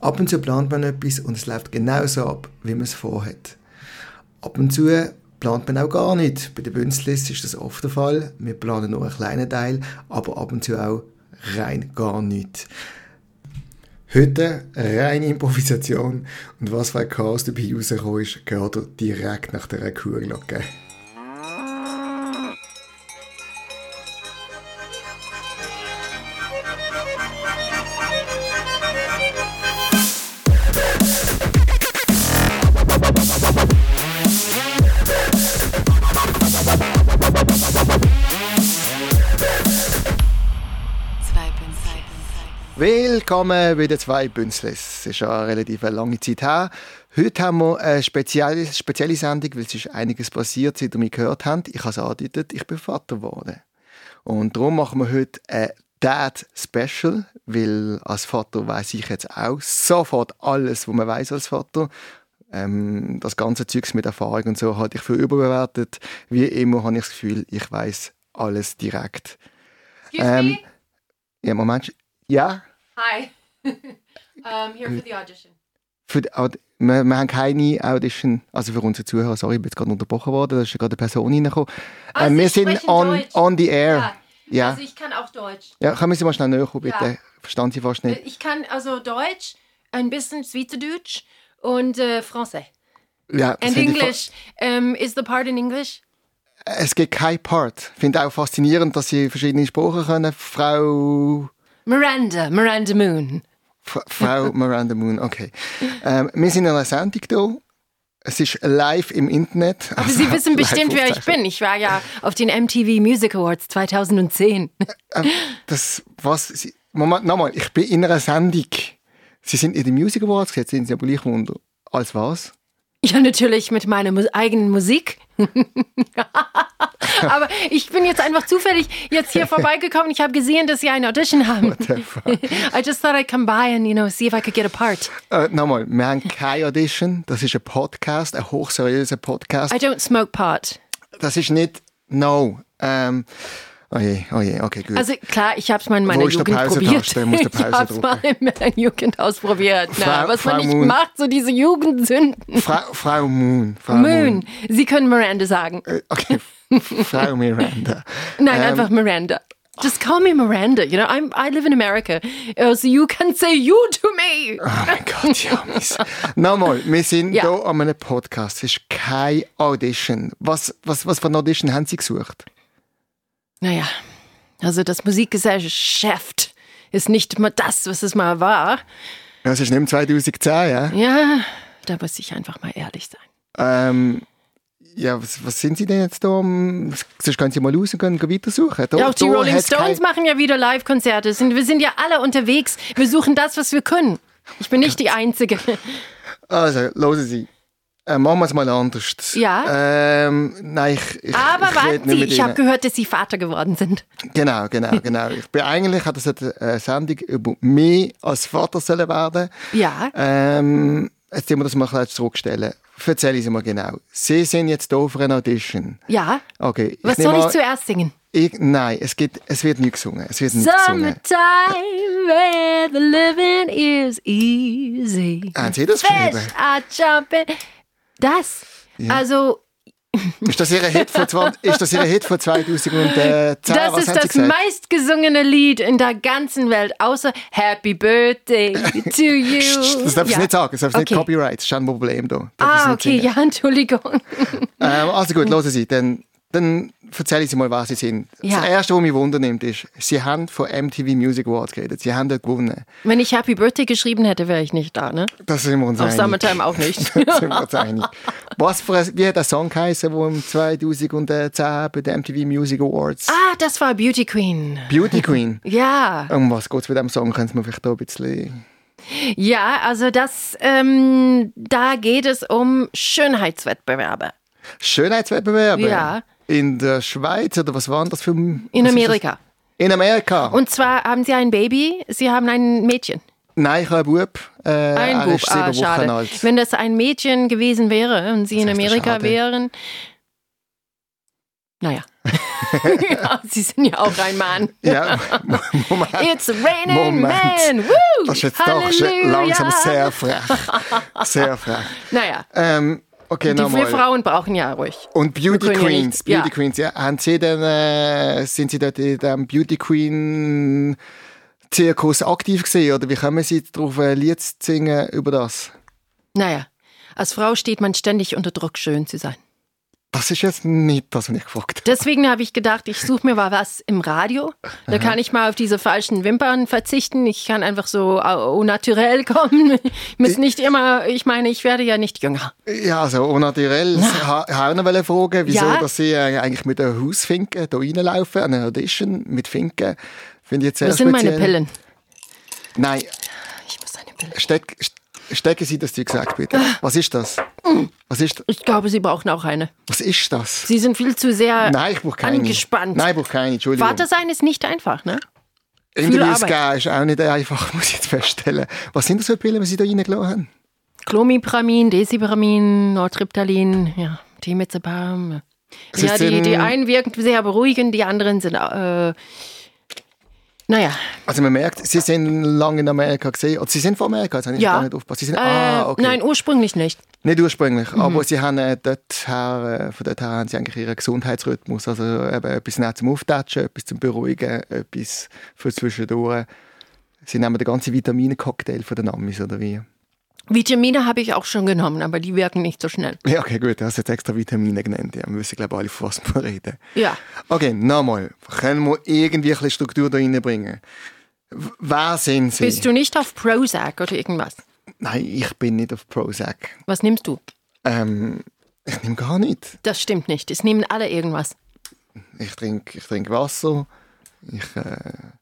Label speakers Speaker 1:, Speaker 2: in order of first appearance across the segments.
Speaker 1: Ab und zu plant man etwas und es läuft genauso ab, wie man es vorhat. Ab und zu plant man auch gar nicht. Bei der Bünzlis ist das oft der Fall. Wir planen nur einen kleinen Teil, aber ab und zu auch rein gar nichts. Heute reine Improvisation und was für ein Chaos dabei rausgekommen ist, gehört ihr direkt nach der Kuhglocke.
Speaker 2: Zwei Bünzli.
Speaker 1: Willkommen bei den zwei Bünzles. Es ist ja eine relativ lange Zeit her. Heute haben wir eine spezielle, spezielle Sendung, weil es ist einiges passiert, seit ihr mich gehört habt. Ich habe es angedeutet, ich bin Vater geworden. Und darum machen wir heute ein Dad Special, weil als Vater weiß ich jetzt auch sofort alles, was man weiß als Vater. Ähm, das ganze Zeugs mit Erfahrung und so halte ich für überbewertet. Wie immer habe ich das Gefühl, ich weiß alles direkt.
Speaker 3: Excuse
Speaker 1: Ähm,
Speaker 3: me.
Speaker 1: Ja, Moment. Ja?
Speaker 3: Hi. um, here for the audition.
Speaker 1: für die, Aud- wir, wir haben keine Audition, also für unsere Zuhörer, sorry, ich bin jetzt gerade unterbrochen worden, da ist ja gerade eine Person reingekommen.
Speaker 3: Ah,
Speaker 1: Ähm,
Speaker 3: Sie
Speaker 1: wir sind
Speaker 3: sprechen
Speaker 1: on,
Speaker 3: Deutsch.
Speaker 1: on the air.
Speaker 3: Ja.
Speaker 1: Ja,
Speaker 3: Also ich kann auch Deutsch.
Speaker 1: ja können wir Sie mal schnell näher kommen,
Speaker 3: Ja.
Speaker 1: bitte? Verstand Sie fast nicht.
Speaker 3: Ich kann also Deutsch, ein bisschen Schweizerdeutsch und äh, Französisch.
Speaker 1: Ja, das
Speaker 3: Äh, And
Speaker 1: finde ich fa-
Speaker 3: English. Um, is the part in English?
Speaker 1: Es gibt keinen Part. Ich finde auch faszinierend, dass Sie verschiedene Sprachen können. Frau...
Speaker 3: Miranda, Miranda Moon.
Speaker 1: F Frau Miranda Moon, okay. Ähm, wir sind in einer Sendung hier. Es ist live im Internet. Also,
Speaker 3: Aber Sie wissen bestimmt, wer ich bin. Ich war ja auf den MTV Music Awards 2010.
Speaker 1: Das, was, Sie, Moment, nochmal, ich bin in einer Sendung. Sie sind in den Music Awards, jetzt sind Sie aber gleich Wunder. Als was?
Speaker 3: Ja, natürlich mit meiner Mu eigenen Musik. Aber ich bin jetzt einfach zufällig jetzt hier vorbeigekommen. Ich habe gesehen, dass Sie eine Audition haben. I just thought I'd come by and, you know, see if I could get a part.
Speaker 1: Äh, nochmal, wir haben keine Audition, das ist ein Podcast, ein hochseriöser Podcast.
Speaker 3: I don't smoke pot.
Speaker 1: Das ist nicht No. Ähm, oh je, oh je, okay, gut.
Speaker 3: Also klar, ich habe es mal in meiner
Speaker 1: Wo ist der
Speaker 3: Jugend
Speaker 1: Pausetaste?
Speaker 3: probiert.
Speaker 1: Muss der
Speaker 3: ich habe es mal in meiner Jugend ausprobiert. Na,
Speaker 1: Frau-
Speaker 3: was
Speaker 1: Frau
Speaker 3: man nicht
Speaker 1: Moon.
Speaker 3: macht, so diese Jugendsünden.
Speaker 1: Frau, Frau Moon. Frau
Speaker 3: Also- Moon, Sie können Miranda sagen.
Speaker 1: Äh, Okay, Frau Miranda.
Speaker 3: Nein,
Speaker 1: Ähm.
Speaker 3: einfach Miranda. Just call me Miranda. You know, I'm, I live in America. Uh, So you can say you to me.
Speaker 1: Oh mein Gott, ja, Mist. Nochmal, wir sind
Speaker 3: Ja.
Speaker 1: hier an einem Podcast. Es ist keine Audition. Was, was, was für eine Audition haben Sie gesucht?
Speaker 3: Naja, also das Musikgesellschaft ist nicht mal das, was es mal war.
Speaker 1: Ja, Es ist nicht mehr 2010, ja?
Speaker 3: Ja, da muss ich einfach mal ehrlich sein.
Speaker 1: Ähm, ja, was, was sind Sie denn jetzt da? am- Sonst können Sie mal raus und können weitersuchen. Da,
Speaker 3: Ja, auch die
Speaker 1: da
Speaker 3: Rolling
Speaker 1: hat's
Speaker 3: Stones
Speaker 1: Oh, kein-
Speaker 3: machen ja wieder Live-Konzerte. Sind- Wir sind ja alle unterwegs. Wir suchen das, was wir können. Ich bin nicht die Einzige.
Speaker 1: Also, hören Sie. Äh, machen wir es mal anders.
Speaker 3: Ja.
Speaker 1: Ähm, nein, ich, ich ich
Speaker 3: Aber
Speaker 1: red
Speaker 3: warten
Speaker 1: nicht
Speaker 3: Sie,
Speaker 1: mit
Speaker 3: ich habe
Speaker 1: Ihnen.
Speaker 3: gehört, dass Sie Vater geworden sind.
Speaker 1: Genau, genau, genau. Ich bin eigentlich, hat das eine äh, Sendung über mich als Vater sollen werden.
Speaker 3: Ja.
Speaker 1: Ähm, jetzt müssen wir das mal gleich zurückstellen. Erzählen Sie mal genau. Sie sind jetzt hier für eine Audition.
Speaker 3: Ja.
Speaker 1: Okay.
Speaker 3: Was
Speaker 1: nehme
Speaker 3: soll ich
Speaker 1: an,
Speaker 3: zuerst singen?
Speaker 1: ich, Nein, es, gibt, es wird nicht gesungen. Es wird nicht gesungen.
Speaker 3: Summertime, where the living is easy.
Speaker 1: Haben Sie das
Speaker 3: Fish
Speaker 1: geschrieben?
Speaker 3: are jumping. Das. Also,
Speaker 1: Ist das Ihr Hit von, 20, ist das Ihr Hit von 2010?
Speaker 3: das
Speaker 1: Was
Speaker 3: ist
Speaker 1: haben Sie
Speaker 3: das
Speaker 1: gesagt?
Speaker 3: meistgesungene Lied in der ganzen Welt, außer Happy Birthday to you.
Speaker 1: Das darf ich
Speaker 3: Ja.
Speaker 1: nicht sagen. Das darf ich nicht
Speaker 3: Okay.
Speaker 1: Copyright. Das ist ein Problem da. Darf ich's
Speaker 3: Ah,
Speaker 1: nicht
Speaker 3: okay,
Speaker 1: singen.
Speaker 3: ja, Entschuldigung.
Speaker 1: Ähm, also gut, hören Sie. Dann, dann erzählen Sie mal, was Sie sind.
Speaker 3: Ja.
Speaker 1: Das Erste, was mich wundernimmt, ist, Sie haben von MTV Music Awards geredet. Sie haben dort gewonnen.
Speaker 3: Wenn ich Happy Birthday geschrieben hätte, wäre ich nicht da, ne?
Speaker 1: Das sind wir uns
Speaker 3: Auf
Speaker 1: einig.
Speaker 3: Summertime auch nicht.
Speaker 1: sind wir uns einig. Was für ein, wie hat der Song geheißen, der im 2010 bei den MTV Music Awards
Speaker 3: ah, das war Beauty Queen.
Speaker 1: Beauty Queen.
Speaker 3: Ja.
Speaker 1: Um was geht es bei diesem Song? Können Sie mir vielleicht da ein bisschen...
Speaker 3: Ja, also das, ähm, da geht es um Schönheitswettbewerbe.
Speaker 1: Schönheitswettbewerbe?
Speaker 3: Ja.
Speaker 1: In der Schweiz oder was waren das für...
Speaker 3: In
Speaker 1: was ist
Speaker 3: Amerika.
Speaker 1: Das? In Amerika?
Speaker 3: Und zwar haben sie ein Baby, sie haben ein Mädchen.
Speaker 1: Nein, ich habe einen Bub. Äh,
Speaker 3: Ein
Speaker 1: er
Speaker 3: Bub,
Speaker 1: ist sieben
Speaker 3: ah,
Speaker 1: Wochen
Speaker 3: schade.
Speaker 1: alt.
Speaker 3: Wenn das ein Mädchen gewesen wäre und sie in
Speaker 1: heißt das
Speaker 3: Amerika
Speaker 1: schade?
Speaker 3: wären. Naja. ja, Sie sind ja auch ein Mann.
Speaker 1: Ja, Mo- Moment.
Speaker 3: It's raining
Speaker 1: Moment.
Speaker 3: men. Woo!
Speaker 1: Das ist jetzt doch schon
Speaker 3: Halleluja.
Speaker 1: langsam sehr frech. Sehr frech.
Speaker 3: Naja,
Speaker 1: Ähm, okay,
Speaker 3: die wir
Speaker 1: nochmal.
Speaker 3: Frauen brauchen ja ruhig.
Speaker 1: Und Beauty
Speaker 3: wir können ja
Speaker 1: Queens.
Speaker 3: nichts,
Speaker 1: Beauty
Speaker 3: ja.
Speaker 1: Queens, ja. Haben Sie denn, äh, sind Sie dort in diesem Beauty Queen Zirkus aktiv gewesen? Oder wie kommen Sie darauf, ein Lied zu singen über das?
Speaker 3: Naja, als Frau steht man ständig unter Druck, schön zu sein.
Speaker 1: Das ist jetzt nicht das, was ich gefragt habe.
Speaker 3: Deswegen habe ich gedacht, ich suche mir mal was im Radio. Da kann ich mal auf diese falschen Wimpern verzichten. Ich kann einfach so au au naturell kommen. Ich muss nicht immer, ich meine, ich werde ja nicht jünger.
Speaker 1: Ja, also unnatürell. Ich wollte auch noch fragen, wieso
Speaker 3: Ja.
Speaker 1: dass Sie äh, eigentlich mit einem Hausfinken hier reinlaufen, an einer Audition mit Finken. Finde ich jetzt sehr
Speaker 3: Das sind meine
Speaker 1: speziell.
Speaker 3: Pillen.
Speaker 1: Nein,
Speaker 3: Ich muss eine Pille.
Speaker 1: steck, stecken Sie das Zeug weg, bitte.
Speaker 3: Ah.
Speaker 1: Was ist das? Was ist,
Speaker 3: Ich glaube, Sie brauchen auch eine.
Speaker 1: was ist das?
Speaker 3: Sie sind viel zu sehr
Speaker 1: Nein, ich brauche keine.
Speaker 3: angespannt.
Speaker 1: Nein, ich brauche keine, Entschuldigung.
Speaker 3: Vater sein ist nicht einfach, ne?
Speaker 1: Interviews
Speaker 3: Arbeit.
Speaker 1: geben ist auch nicht einfach, muss ich jetzt feststellen. Was sind das für Pillen, die Sie da reingelassen haben?
Speaker 3: Clomipramin, Desipramin, Nortriptalin, ja, Temezepam.
Speaker 1: Es
Speaker 3: Ja,
Speaker 1: ist
Speaker 3: die,
Speaker 1: in-
Speaker 3: die einen wirken sehr beruhigend, die anderen sind, äh, naja,
Speaker 1: Also man merkt, Sie sind lange in Amerika gesehen. Oder Sie sind von Amerika, jetzt habe ich
Speaker 3: Ja.
Speaker 1: gar nicht aufgepasst. Sie sind,
Speaker 3: äh,
Speaker 1: ah, okay.
Speaker 3: nein, ursprünglich nicht.
Speaker 1: Nicht ursprünglich, aber sie haben äh, dort her, äh, von dort her haben sie eigentlich ihren Gesundheitsrhythmus. Also eben etwas nett zum Auftatschen, etwas zum Beruhigen, etwas für zwischendurch. Sie nehmen den ganzen Vitamincocktail von den Amis, oder wie?
Speaker 3: Vitamine habe ich auch schon genommen, aber die wirken nicht so schnell.
Speaker 1: Ja, okay, gut, du hast jetzt extra Vitamine genannt. Ja, wir wissen, glaube ich, alle, von was wir reden.
Speaker 3: Ja,
Speaker 1: Okay, nochmal. Können wir irgendwie ein bisschen Struktur da reinbringen? W- Wer sind Sie?
Speaker 3: bist du nicht auf Prozac oder irgendwas?
Speaker 1: Nein, ich bin nicht auf Prozac.
Speaker 3: Was nimmst du?
Speaker 1: Ähm, ich nehme gar nichts.
Speaker 3: Das stimmt nicht. Es nehmen alle irgendwas.
Speaker 1: Ich trinke ich trink Wasser, ich, äh,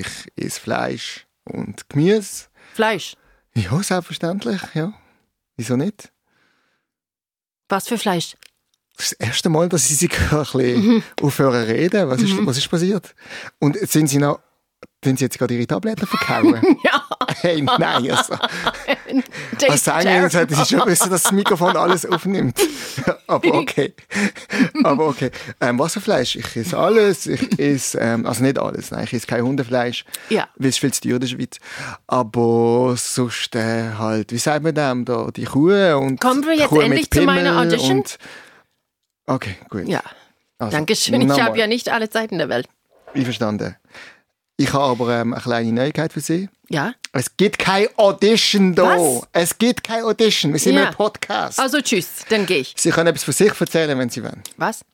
Speaker 1: ich esse Fleisch und Gemüse.
Speaker 3: Fleisch.
Speaker 1: Ja, selbstverständlich, ja. Wieso nicht?
Speaker 3: Was für Fleisch?
Speaker 1: Das ist das erste Mal, dass Sie sich ein bisschen aufhören zu reden. Was ist, was ist passiert? Und jetzt sind Sie noch... Sind Sie jetzt gerade Ihre Tabletten verkauen?
Speaker 3: Ja,
Speaker 1: hey, nein, also...
Speaker 3: das
Speaker 1: Was sagen jetzt? halt Also, Hätte ich schon wissen, dass das Mikrofon alles aufnimmt. Aber okay. Aber okay. Ähm, was für Fleisch? Ich esse alles. Ich esse, ähm, also nicht alles. Nein, ich esse kein Hundefleisch.
Speaker 3: Ja.
Speaker 1: Weil es viel zu teuer in der Schweiz. Aber sonst äh, halt, wie sagt man dem da? Die Kuh und.
Speaker 3: Kommen wir
Speaker 1: die
Speaker 3: jetzt
Speaker 1: Kuh mit
Speaker 3: endlich zu
Speaker 1: Pimmel
Speaker 3: meiner Audition?
Speaker 1: Und okay, gut.
Speaker 3: Ja,
Speaker 1: Also,
Speaker 3: Dankeschön. Ich
Speaker 1: nochmal.
Speaker 3: habe ja nicht alle Zeiten der Welt.
Speaker 1: Einverstanden. Ich habe aber ähm, eine kleine Neuigkeit für Sie.
Speaker 3: Ja,
Speaker 1: Es gibt keine Audition da.
Speaker 3: Was?
Speaker 1: Es gibt keine Audition. Wir sind
Speaker 3: Ja.
Speaker 1: ein Podcast.
Speaker 3: also tschüss, dann gehe ich.
Speaker 1: Sie können etwas von sich erzählen, wenn Sie wollen.
Speaker 3: Was?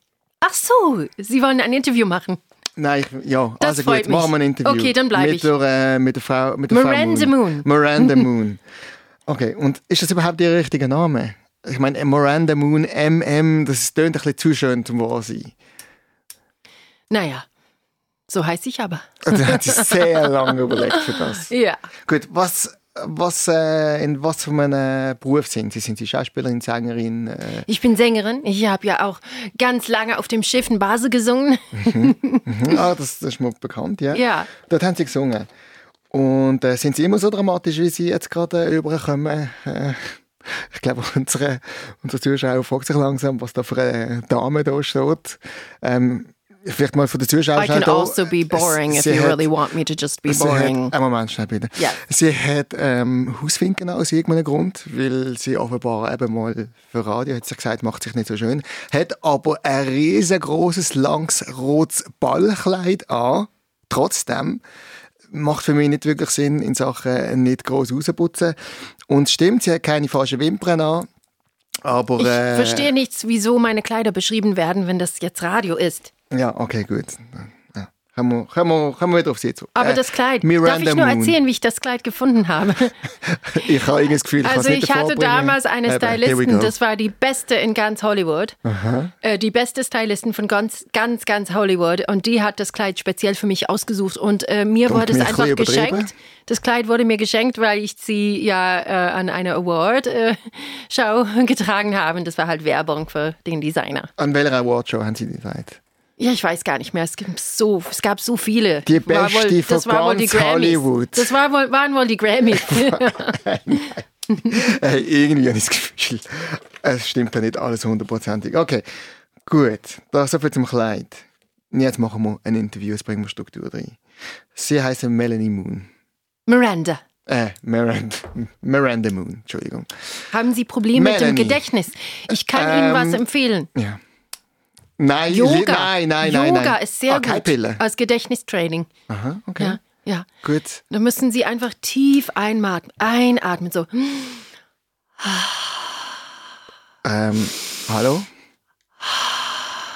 Speaker 3: Ach so, Sie wollen ein Interview machen.
Speaker 1: Nein, ich, ja,
Speaker 3: Das
Speaker 1: also
Speaker 3: freut
Speaker 1: gut,
Speaker 3: mich.
Speaker 1: machen wir ein Interview.
Speaker 3: Okay, dann bleib
Speaker 1: mit
Speaker 3: ich.
Speaker 1: Der, äh, mit der Frau, mit der
Speaker 3: Miranda
Speaker 1: Frau
Speaker 3: Moon.
Speaker 1: Miranda Moon. Okay, und ist das überhaupt Ihr richtiger Name? Ich meine, äh, Miranda Moon, MM, das tönt ein bisschen zu schön zum wahr sein.
Speaker 3: Naja, so heiße ich aber.
Speaker 1: Und dann hat sie sehr lange überlegt für das.
Speaker 3: Ja.
Speaker 1: Gut, was, was, äh, in was für einem Beruf sind Sie? Sind Sie Schauspielerin, Sängerin? Äh,
Speaker 3: Ich bin Sängerin. Ich habe ja auch ganz lange auf dem Schiff in Basel gesungen.
Speaker 1: ah, das, das ist mir bekannt, ja.
Speaker 3: Ja.
Speaker 1: Dort haben Sie gesungen. Und äh, sind Sie immer so dramatisch, wie Sie jetzt gerade äh, rüberkommen? Äh, ich glaube, unsere, unsere Zuschauer fragt sich langsam, was da für eine Dame da steht. Ähm, vielleicht mal von den Zuschauern
Speaker 3: I can
Speaker 1: schnell da-
Speaker 3: also be boring if
Speaker 1: Sie
Speaker 3: you
Speaker 1: hat-
Speaker 3: really want me to just be
Speaker 1: Sie hat,
Speaker 3: boring.
Speaker 1: einen Moment schnell bitte.
Speaker 3: Ja.
Speaker 1: Sie hat ähm, Hausfinken aus irgendeinem Grund, weil sie offenbar eben mal für Radio, hat sie gesagt, macht sich nicht so schön, hat aber ein riesengroßes, langes, rotes Ballkleid an. Trotzdem macht für mich nicht wirklich Sinn, in Sachen nicht groß rausputzen. Und es stimmt, sie hat keine falschen Wimpern an, aber...
Speaker 3: Ich
Speaker 1: äh,
Speaker 3: verstehe nichts, wieso meine Kleider beschrieben werden, wenn das jetzt Radio ist.
Speaker 1: Ja, okay, gut. Ja. Kommen wir, kommen wir, kommen wir wieder auf sie zu.
Speaker 3: Aber
Speaker 1: Äh,
Speaker 3: das Kleid, darf
Speaker 1: Miranda
Speaker 3: ich nur
Speaker 1: Moon.
Speaker 3: erzählen, wie ich das Kleid gefunden habe?
Speaker 1: Ich habe irgendwie das Gefühl, ich kann es
Speaker 3: Also
Speaker 1: nicht
Speaker 3: ich hatte
Speaker 1: hervorbringen.
Speaker 3: damals eine
Speaker 1: Aber here we
Speaker 3: Stylistin,
Speaker 1: go.
Speaker 3: das war die beste in ganz Hollywood. Äh, die beste Stylistin von ganz, ganz, ganz Hollywood. Und die hat das Kleid speziell für mich ausgesucht. Und äh, mir
Speaker 1: Kommt
Speaker 3: wurde es
Speaker 1: mir ein
Speaker 3: einfach
Speaker 1: bisschen übertrieben?
Speaker 3: geschenkt. Das Kleid wurde mir geschenkt, weil ich sie ja äh, an einer Award-Show getragen habe. Und das war halt Werbung für den Designer.
Speaker 1: An welcher Awardshow haben Sie die Zeit?
Speaker 3: Ja, ich weiß gar nicht mehr. Es, gibt so, es gab so viele.
Speaker 1: Die
Speaker 3: War wohl-
Speaker 1: beste
Speaker 3: das
Speaker 1: von
Speaker 3: war wohl die
Speaker 1: ganz
Speaker 3: Grammys.
Speaker 1: Hollywood.
Speaker 3: Das war wohl, waren wohl die Grammys.
Speaker 1: Äh, irgendwie habe ich das Gefühl, es stimmt ja nicht alles hundertprozentig. Okay, Gut, das so viel zum Kleid. Jetzt machen wir ein Interview, jetzt bringen wir Struktur rein. Sie heißt Melanie Moon.
Speaker 3: Miranda.
Speaker 1: Äh, Miranda, Miranda Moon, Entschuldigung.
Speaker 3: Haben Sie Probleme mit dem
Speaker 1: Melanie.
Speaker 3: Gedächtnis? Ich kann Ihnen
Speaker 1: Ähm,
Speaker 3: was empfehlen.
Speaker 1: Ja. Nein, li-
Speaker 3: Yoga.
Speaker 1: nein, nein, nein.
Speaker 3: Yoga
Speaker 1: nein.
Speaker 3: ist sehr
Speaker 1: ah, keine
Speaker 3: gut
Speaker 1: Pille.
Speaker 3: als Gedächtnistraining.
Speaker 1: Aha, okay.
Speaker 3: Ja, ja.
Speaker 1: Gut.
Speaker 3: Da müssen Sie einfach tief einatmen, einatmen so. hm,
Speaker 1: Ähm, hallo?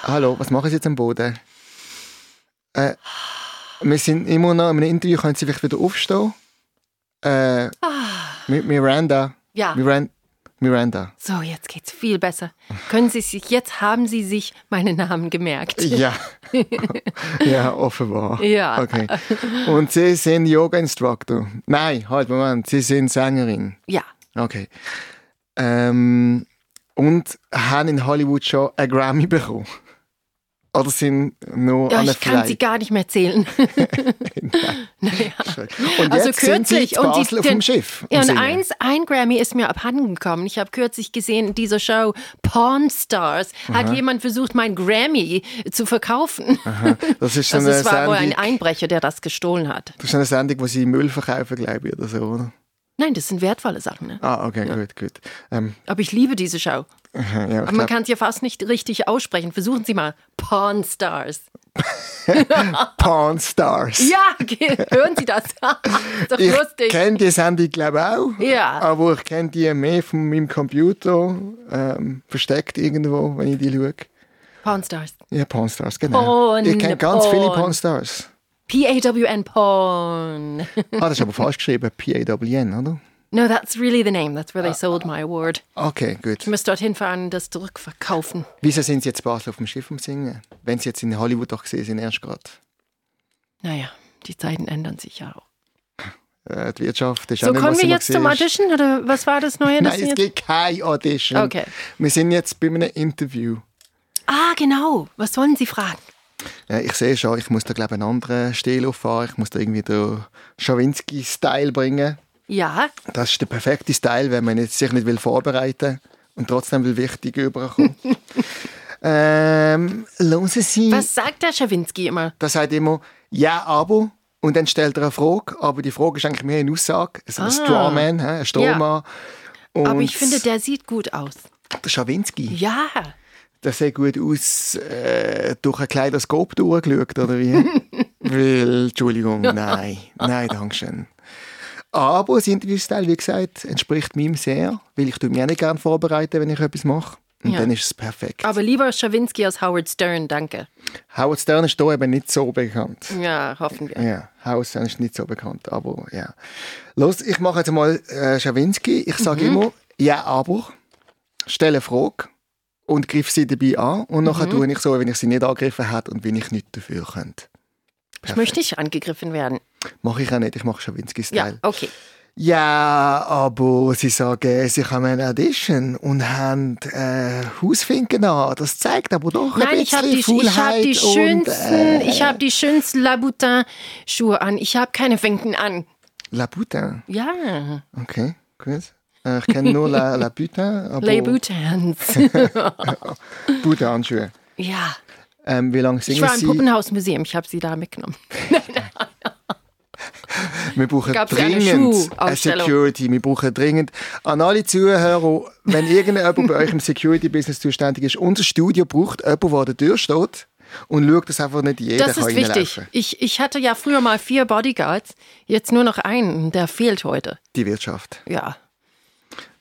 Speaker 1: Hallo, was machen Sie jetzt am Boden? Äh, wir sind immer noch in einem Interview. Können Sie vielleicht wieder aufstehen? Äh, Mi- Miranda.
Speaker 3: Ja.
Speaker 1: Miran Miranda.
Speaker 3: So, jetzt geht's viel besser. Können Sie sich jetzt haben Sie sich meinen Namen gemerkt?
Speaker 1: Ja. ja, offenbar.
Speaker 3: Ja.
Speaker 1: Okay. Und Sie sind Yoga-Instructor? Nein, halt, Moment. Sie sind Sängerin.
Speaker 3: Ja.
Speaker 1: Okay. Ähm, und haben in Hollywood schon einen Grammy bekommen? Oder sind nur
Speaker 3: Ja,
Speaker 1: an der
Speaker 3: ich kann sie gar nicht mehr zählen.
Speaker 1: Und
Speaker 3: Also
Speaker 1: jetzt sind sie
Speaker 3: kürzlich
Speaker 1: in
Speaker 3: und die-
Speaker 1: Basel auf
Speaker 3: den-
Speaker 1: dem Schiff.
Speaker 3: Ja,
Speaker 1: am
Speaker 3: und
Speaker 1: Singen.
Speaker 3: eins, ein Grammy ist mir abhanden gekommen. Ich habe kürzlich gesehen, in dieser Show Pawn Stars hat jemand versucht, mein Grammy zu verkaufen.
Speaker 1: Das ist so
Speaker 3: Also
Speaker 1: eine,
Speaker 3: es war wohl ein
Speaker 1: Sendung,
Speaker 3: Einbrecher, der das gestohlen hat.
Speaker 1: das ist eine Sendung, wo sie Müll verkaufen, glaube ich, oder so, oder?
Speaker 3: Nein, das sind wertvolle Sachen. Ne?
Speaker 1: Ah, okay, gut, gut. Ähm,
Speaker 3: Aber ich liebe diese Show.
Speaker 1: ja, ich
Speaker 3: Man
Speaker 1: glaub,
Speaker 3: kann es ja fast nicht richtig aussprechen. Versuchen Sie mal. Pawn Stars.
Speaker 1: Pawn Stars.
Speaker 3: Ja, ge- hören Sie das? Ist Doch
Speaker 1: ich
Speaker 3: lustig.
Speaker 1: kenne die Sendung, glaube ich, auch.
Speaker 3: Ja.
Speaker 1: Aber ich kenne die mehr von meinem Computer, ähm, versteckt irgendwo, wenn ich die schaue.
Speaker 3: Pawn Stars.
Speaker 1: Ja, Pawn Stars, genau.
Speaker 3: Porn,
Speaker 1: ich kenne ganz viele
Speaker 3: Porn.
Speaker 1: Pawn Stars.
Speaker 3: P-A-W-N, Pawn.
Speaker 1: Ah, das ist aber falsch geschrieben, P-A-W-N, oder?
Speaker 3: No, that's really the name. That's where
Speaker 1: Ah.
Speaker 3: they sold my award.
Speaker 1: Okay,
Speaker 3: Ich
Speaker 1: gut.
Speaker 3: müsste dorthin fahren und das zurückverkaufen.
Speaker 1: Wieso sind Sie jetzt in Basel auf dem Schiff am Singen? Wenn Sie jetzt in Hollywood doch gesehen sind, erst gerade.
Speaker 3: Naja, die Zeiten ändern sich ja auch.
Speaker 1: Äh, die Wirtschaft ist
Speaker 3: So,
Speaker 1: auch nicht,
Speaker 3: kommen
Speaker 1: was
Speaker 3: wir
Speaker 1: sie mal
Speaker 3: jetzt zum
Speaker 1: war.
Speaker 3: Audition oder was war das Neue?
Speaker 1: Nein,
Speaker 3: das
Speaker 1: es
Speaker 3: jetzt?
Speaker 1: gibt kein Audition.
Speaker 3: Okay.
Speaker 1: Wir sind jetzt bei einem Interview.
Speaker 3: Ah, genau. Was wollen Sie fragen?
Speaker 1: Ja, ich sehe schon, ich muss da glaube ich, einen anderen Stil auffahren. Ich muss da irgendwie den Schawinski-Style bringen.
Speaker 3: Ja,
Speaker 1: Das ist der perfekte Style, wenn man jetzt sich nicht will vorbereiten und trotzdem will wichtig überkommen. ähm, hören Sie,
Speaker 3: was sagt der Schawinski immer?
Speaker 1: das sagt immer «Ja, aber» und dann stellt er eine Frage, aber die Frage ist eigentlich mehr eine Aussage. Es ist ein Strawman, hä, ein Strohmann. Und
Speaker 3: Ah. Aber ich finde, der sieht gut aus.
Speaker 1: der Schawinski,
Speaker 3: Ja.
Speaker 1: der sieht gut aus, äh, durch ein Kleidoskop durchgeschaut, oder wie? Weil, Entschuldigung, nein, nein, Dankeschön. Aber das Interviewstyle, wie gesagt, entspricht meinem sehr, weil ich tue mich auch nicht gerne vorbereiten, wenn ich etwas mache. Und
Speaker 3: Ja.
Speaker 1: dann ist es perfekt.
Speaker 3: Aber lieber Schawinski als Howard Stern, danke.
Speaker 1: Howard Stern ist hier eben nicht so bekannt.
Speaker 3: Ja, hoffen wir.
Speaker 1: Ja, Haus ist nicht so bekannt, aber ja. Los, ich mache jetzt mal äh, Schawinski. Ich sage
Speaker 3: Mhm.
Speaker 1: immer, ja, aber, stelle eine Frage und griff sie dabei an und
Speaker 3: Mhm.
Speaker 1: nachher tue ich so, wenn ich sie nicht angegriffen hätte und wenn ich nichts dafür könnte.
Speaker 3: Ich möchte nicht angegriffen werden.
Speaker 1: Mache ich auch nicht, ich mache Schawinski-Style.
Speaker 3: Ja, okay.
Speaker 1: Ja, aber sie sagen, sie haben eine Audition und haben äh, Hausfinken an. Das zeigt aber doch ein
Speaker 3: Nein, ich habe
Speaker 1: bisschen
Speaker 3: die, ich hab die
Speaker 1: Faulheit und,
Speaker 3: schönsten,
Speaker 1: äh,
Speaker 3: ich habe die schönsten Laboutin-Schuhe an. Ich habe keine Finken an.
Speaker 1: Labutin.
Speaker 3: Ja,
Speaker 1: Okay, gut. Äh, ich kenne nur La, La Butin, aber
Speaker 3: Laboutins.
Speaker 1: Butin-Handschuhe.
Speaker 3: ja.
Speaker 1: Ähm, wie lange
Speaker 3: Ich
Speaker 1: singen
Speaker 3: war im
Speaker 1: Sie?
Speaker 3: Puppenhausmuseum, ich habe sie da mitgenommen.
Speaker 1: Wir brauchen
Speaker 3: Gab's ja eine
Speaker 1: dringend eine
Speaker 3: Schuhausstellung.
Speaker 1: Security. Wir brauchen dringend an alle Zuhörer, wenn irgendjemand bei euch im Security-Business zuständig ist, unser Studio braucht jemanden, der an der Tür steht und schaut, dass einfach nicht jeder
Speaker 3: Das
Speaker 1: kann
Speaker 3: ist wichtig.
Speaker 1: reinlaufen.
Speaker 3: Ich, ich hatte ja früher mal vier Bodyguards, jetzt nur noch einen, der fehlt heute.
Speaker 1: Die Wirtschaft.
Speaker 3: Ja.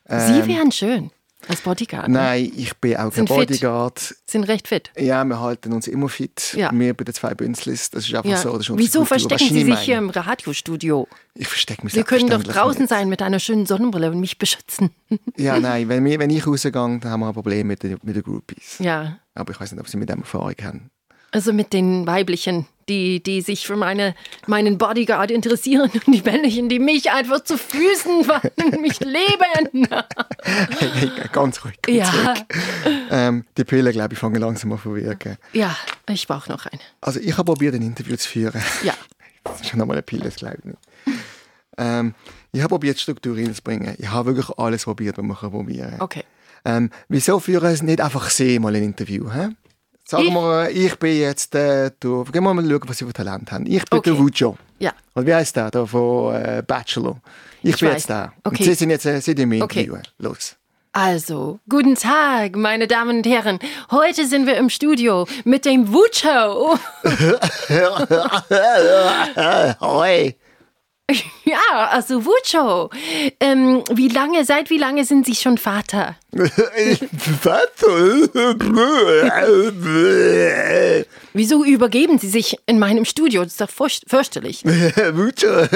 Speaker 1: Ähm,
Speaker 3: Sie wären schön als Bodyguard. ne?
Speaker 1: Nein, ich bin auch kein
Speaker 3: Sind fit.
Speaker 1: Bodyguard.
Speaker 3: Sind recht fit.
Speaker 1: Ja, wir halten uns immer fit.
Speaker 3: Ja.
Speaker 1: Wir bei den zwei Bünzlis, das ist einfach
Speaker 3: Ja.
Speaker 1: so. Das ist unsere
Speaker 3: Wieso
Speaker 1: Kultur.
Speaker 3: verstecken
Speaker 1: Was
Speaker 3: Sie
Speaker 1: ich
Speaker 3: sich
Speaker 1: meine.
Speaker 3: hier im Radiostudio?
Speaker 1: Ich verstecke mich
Speaker 3: Sie können doch
Speaker 1: selbstverständlich
Speaker 3: draußen
Speaker 1: nicht.
Speaker 3: sein mit einer schönen Sonnenbrille und mich beschützen.
Speaker 1: Ja, nein, wenn, wir, wenn ich rausgehe, dann haben wir ein Problem mit den, mit den Groupies.
Speaker 3: Ja.
Speaker 1: Aber ich weiß nicht, ob sie mit dem Erfahrung haben.
Speaker 3: Also mit den Weiblichen, die, die sich für meine, meinen Bodyguard interessieren und die Männlichen, die mich einfach zu Füßen fallen und mich leben.
Speaker 1: ganz ruhig. Ganz
Speaker 3: Ja,
Speaker 1: ruhig. Ähm, die Pillen, glaube ich, fangen langsam an zu wirken.
Speaker 3: ja, ich brauche noch eine.
Speaker 1: Also ich habe probiert, ein Interview zu führen.
Speaker 3: Ja.
Speaker 1: Das ist schon nochmal eine Pille, das glaube ich nicht. Ähm, ich habe probiert, Struktur reinzubringen. Ich habe wirklich alles probiert, was man kann probieren kann.
Speaker 3: Okay.
Speaker 1: Ähm, wieso führen es nicht einfach Sie mal ein Interview? Hä? Sagen wir, ich bin jetzt äh, der, gehen wir mal schauen, was sie für Talent haben. Ich bin
Speaker 3: Okay.
Speaker 1: der Wujo.
Speaker 3: Ja.
Speaker 1: Und wie heißt der da von äh, Bachelor? Ich, bin
Speaker 3: weiß.
Speaker 1: jetzt da.
Speaker 3: Okay.
Speaker 1: Und sie sind jetzt äh, sind im
Speaker 3: Okay.
Speaker 1: Interview. Los.
Speaker 3: Also, guten Tag, meine Damen und Herren. Heute sind wir im Studio mit dem Wucho.
Speaker 1: Hoi.
Speaker 3: Ja, also Wucho. Ähm, wie lange, seit wie lange sind Sie schon Vater?
Speaker 1: Was?
Speaker 3: Wieso übergeben Sie sich in meinem Studio? Das ist doch furcht- fürchterlich.
Speaker 1: Wujo,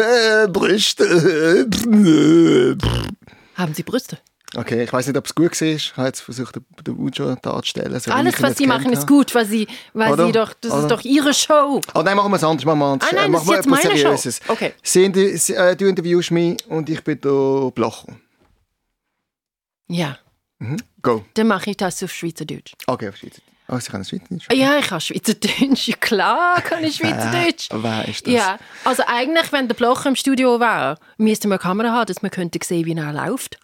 Speaker 1: Brüste.
Speaker 3: Haben Sie Brüste?
Speaker 1: Okay, ich weiß nicht, ob es gut war. Ich habe jetzt versucht, den- den Wujo darzustellen. So wie ich
Speaker 3: Alles,
Speaker 1: ihn
Speaker 3: was Sie
Speaker 1: gekannt
Speaker 3: machen, ist
Speaker 1: habe.
Speaker 3: gut, weil Sie, weil
Speaker 1: Oder?
Speaker 3: Sie doch, das
Speaker 1: Oder?
Speaker 3: ist doch Ihre Show.
Speaker 1: Oh nein, machen wir es anders. Machen wir, anders.
Speaker 3: Ah nein,
Speaker 1: Äh,
Speaker 3: das
Speaker 1: machen wir
Speaker 3: ist jetzt
Speaker 1: etwas
Speaker 3: meine Show.
Speaker 1: Seriöses.
Speaker 3: Okay.
Speaker 1: Sie, inter- Sie, äh, du interviewst mich und ich bin der Blocher.
Speaker 3: Ja,
Speaker 1: Go.
Speaker 3: dann mache ich das auf Schweizerdeutsch.
Speaker 1: Okay, auf Schweizer. Oh, Sie können Schweizerdeutsch?
Speaker 3: Ja, ich kann Schweizerdeutsch. Ja, Klar kann ich Schweizerdeutsch.
Speaker 1: Äh, wer ist das?
Speaker 3: Ja, also eigentlich, wenn der Blocher im Studio wäre, müsste man eine Kamera haben, dass man könnte sehen, wie er läuft.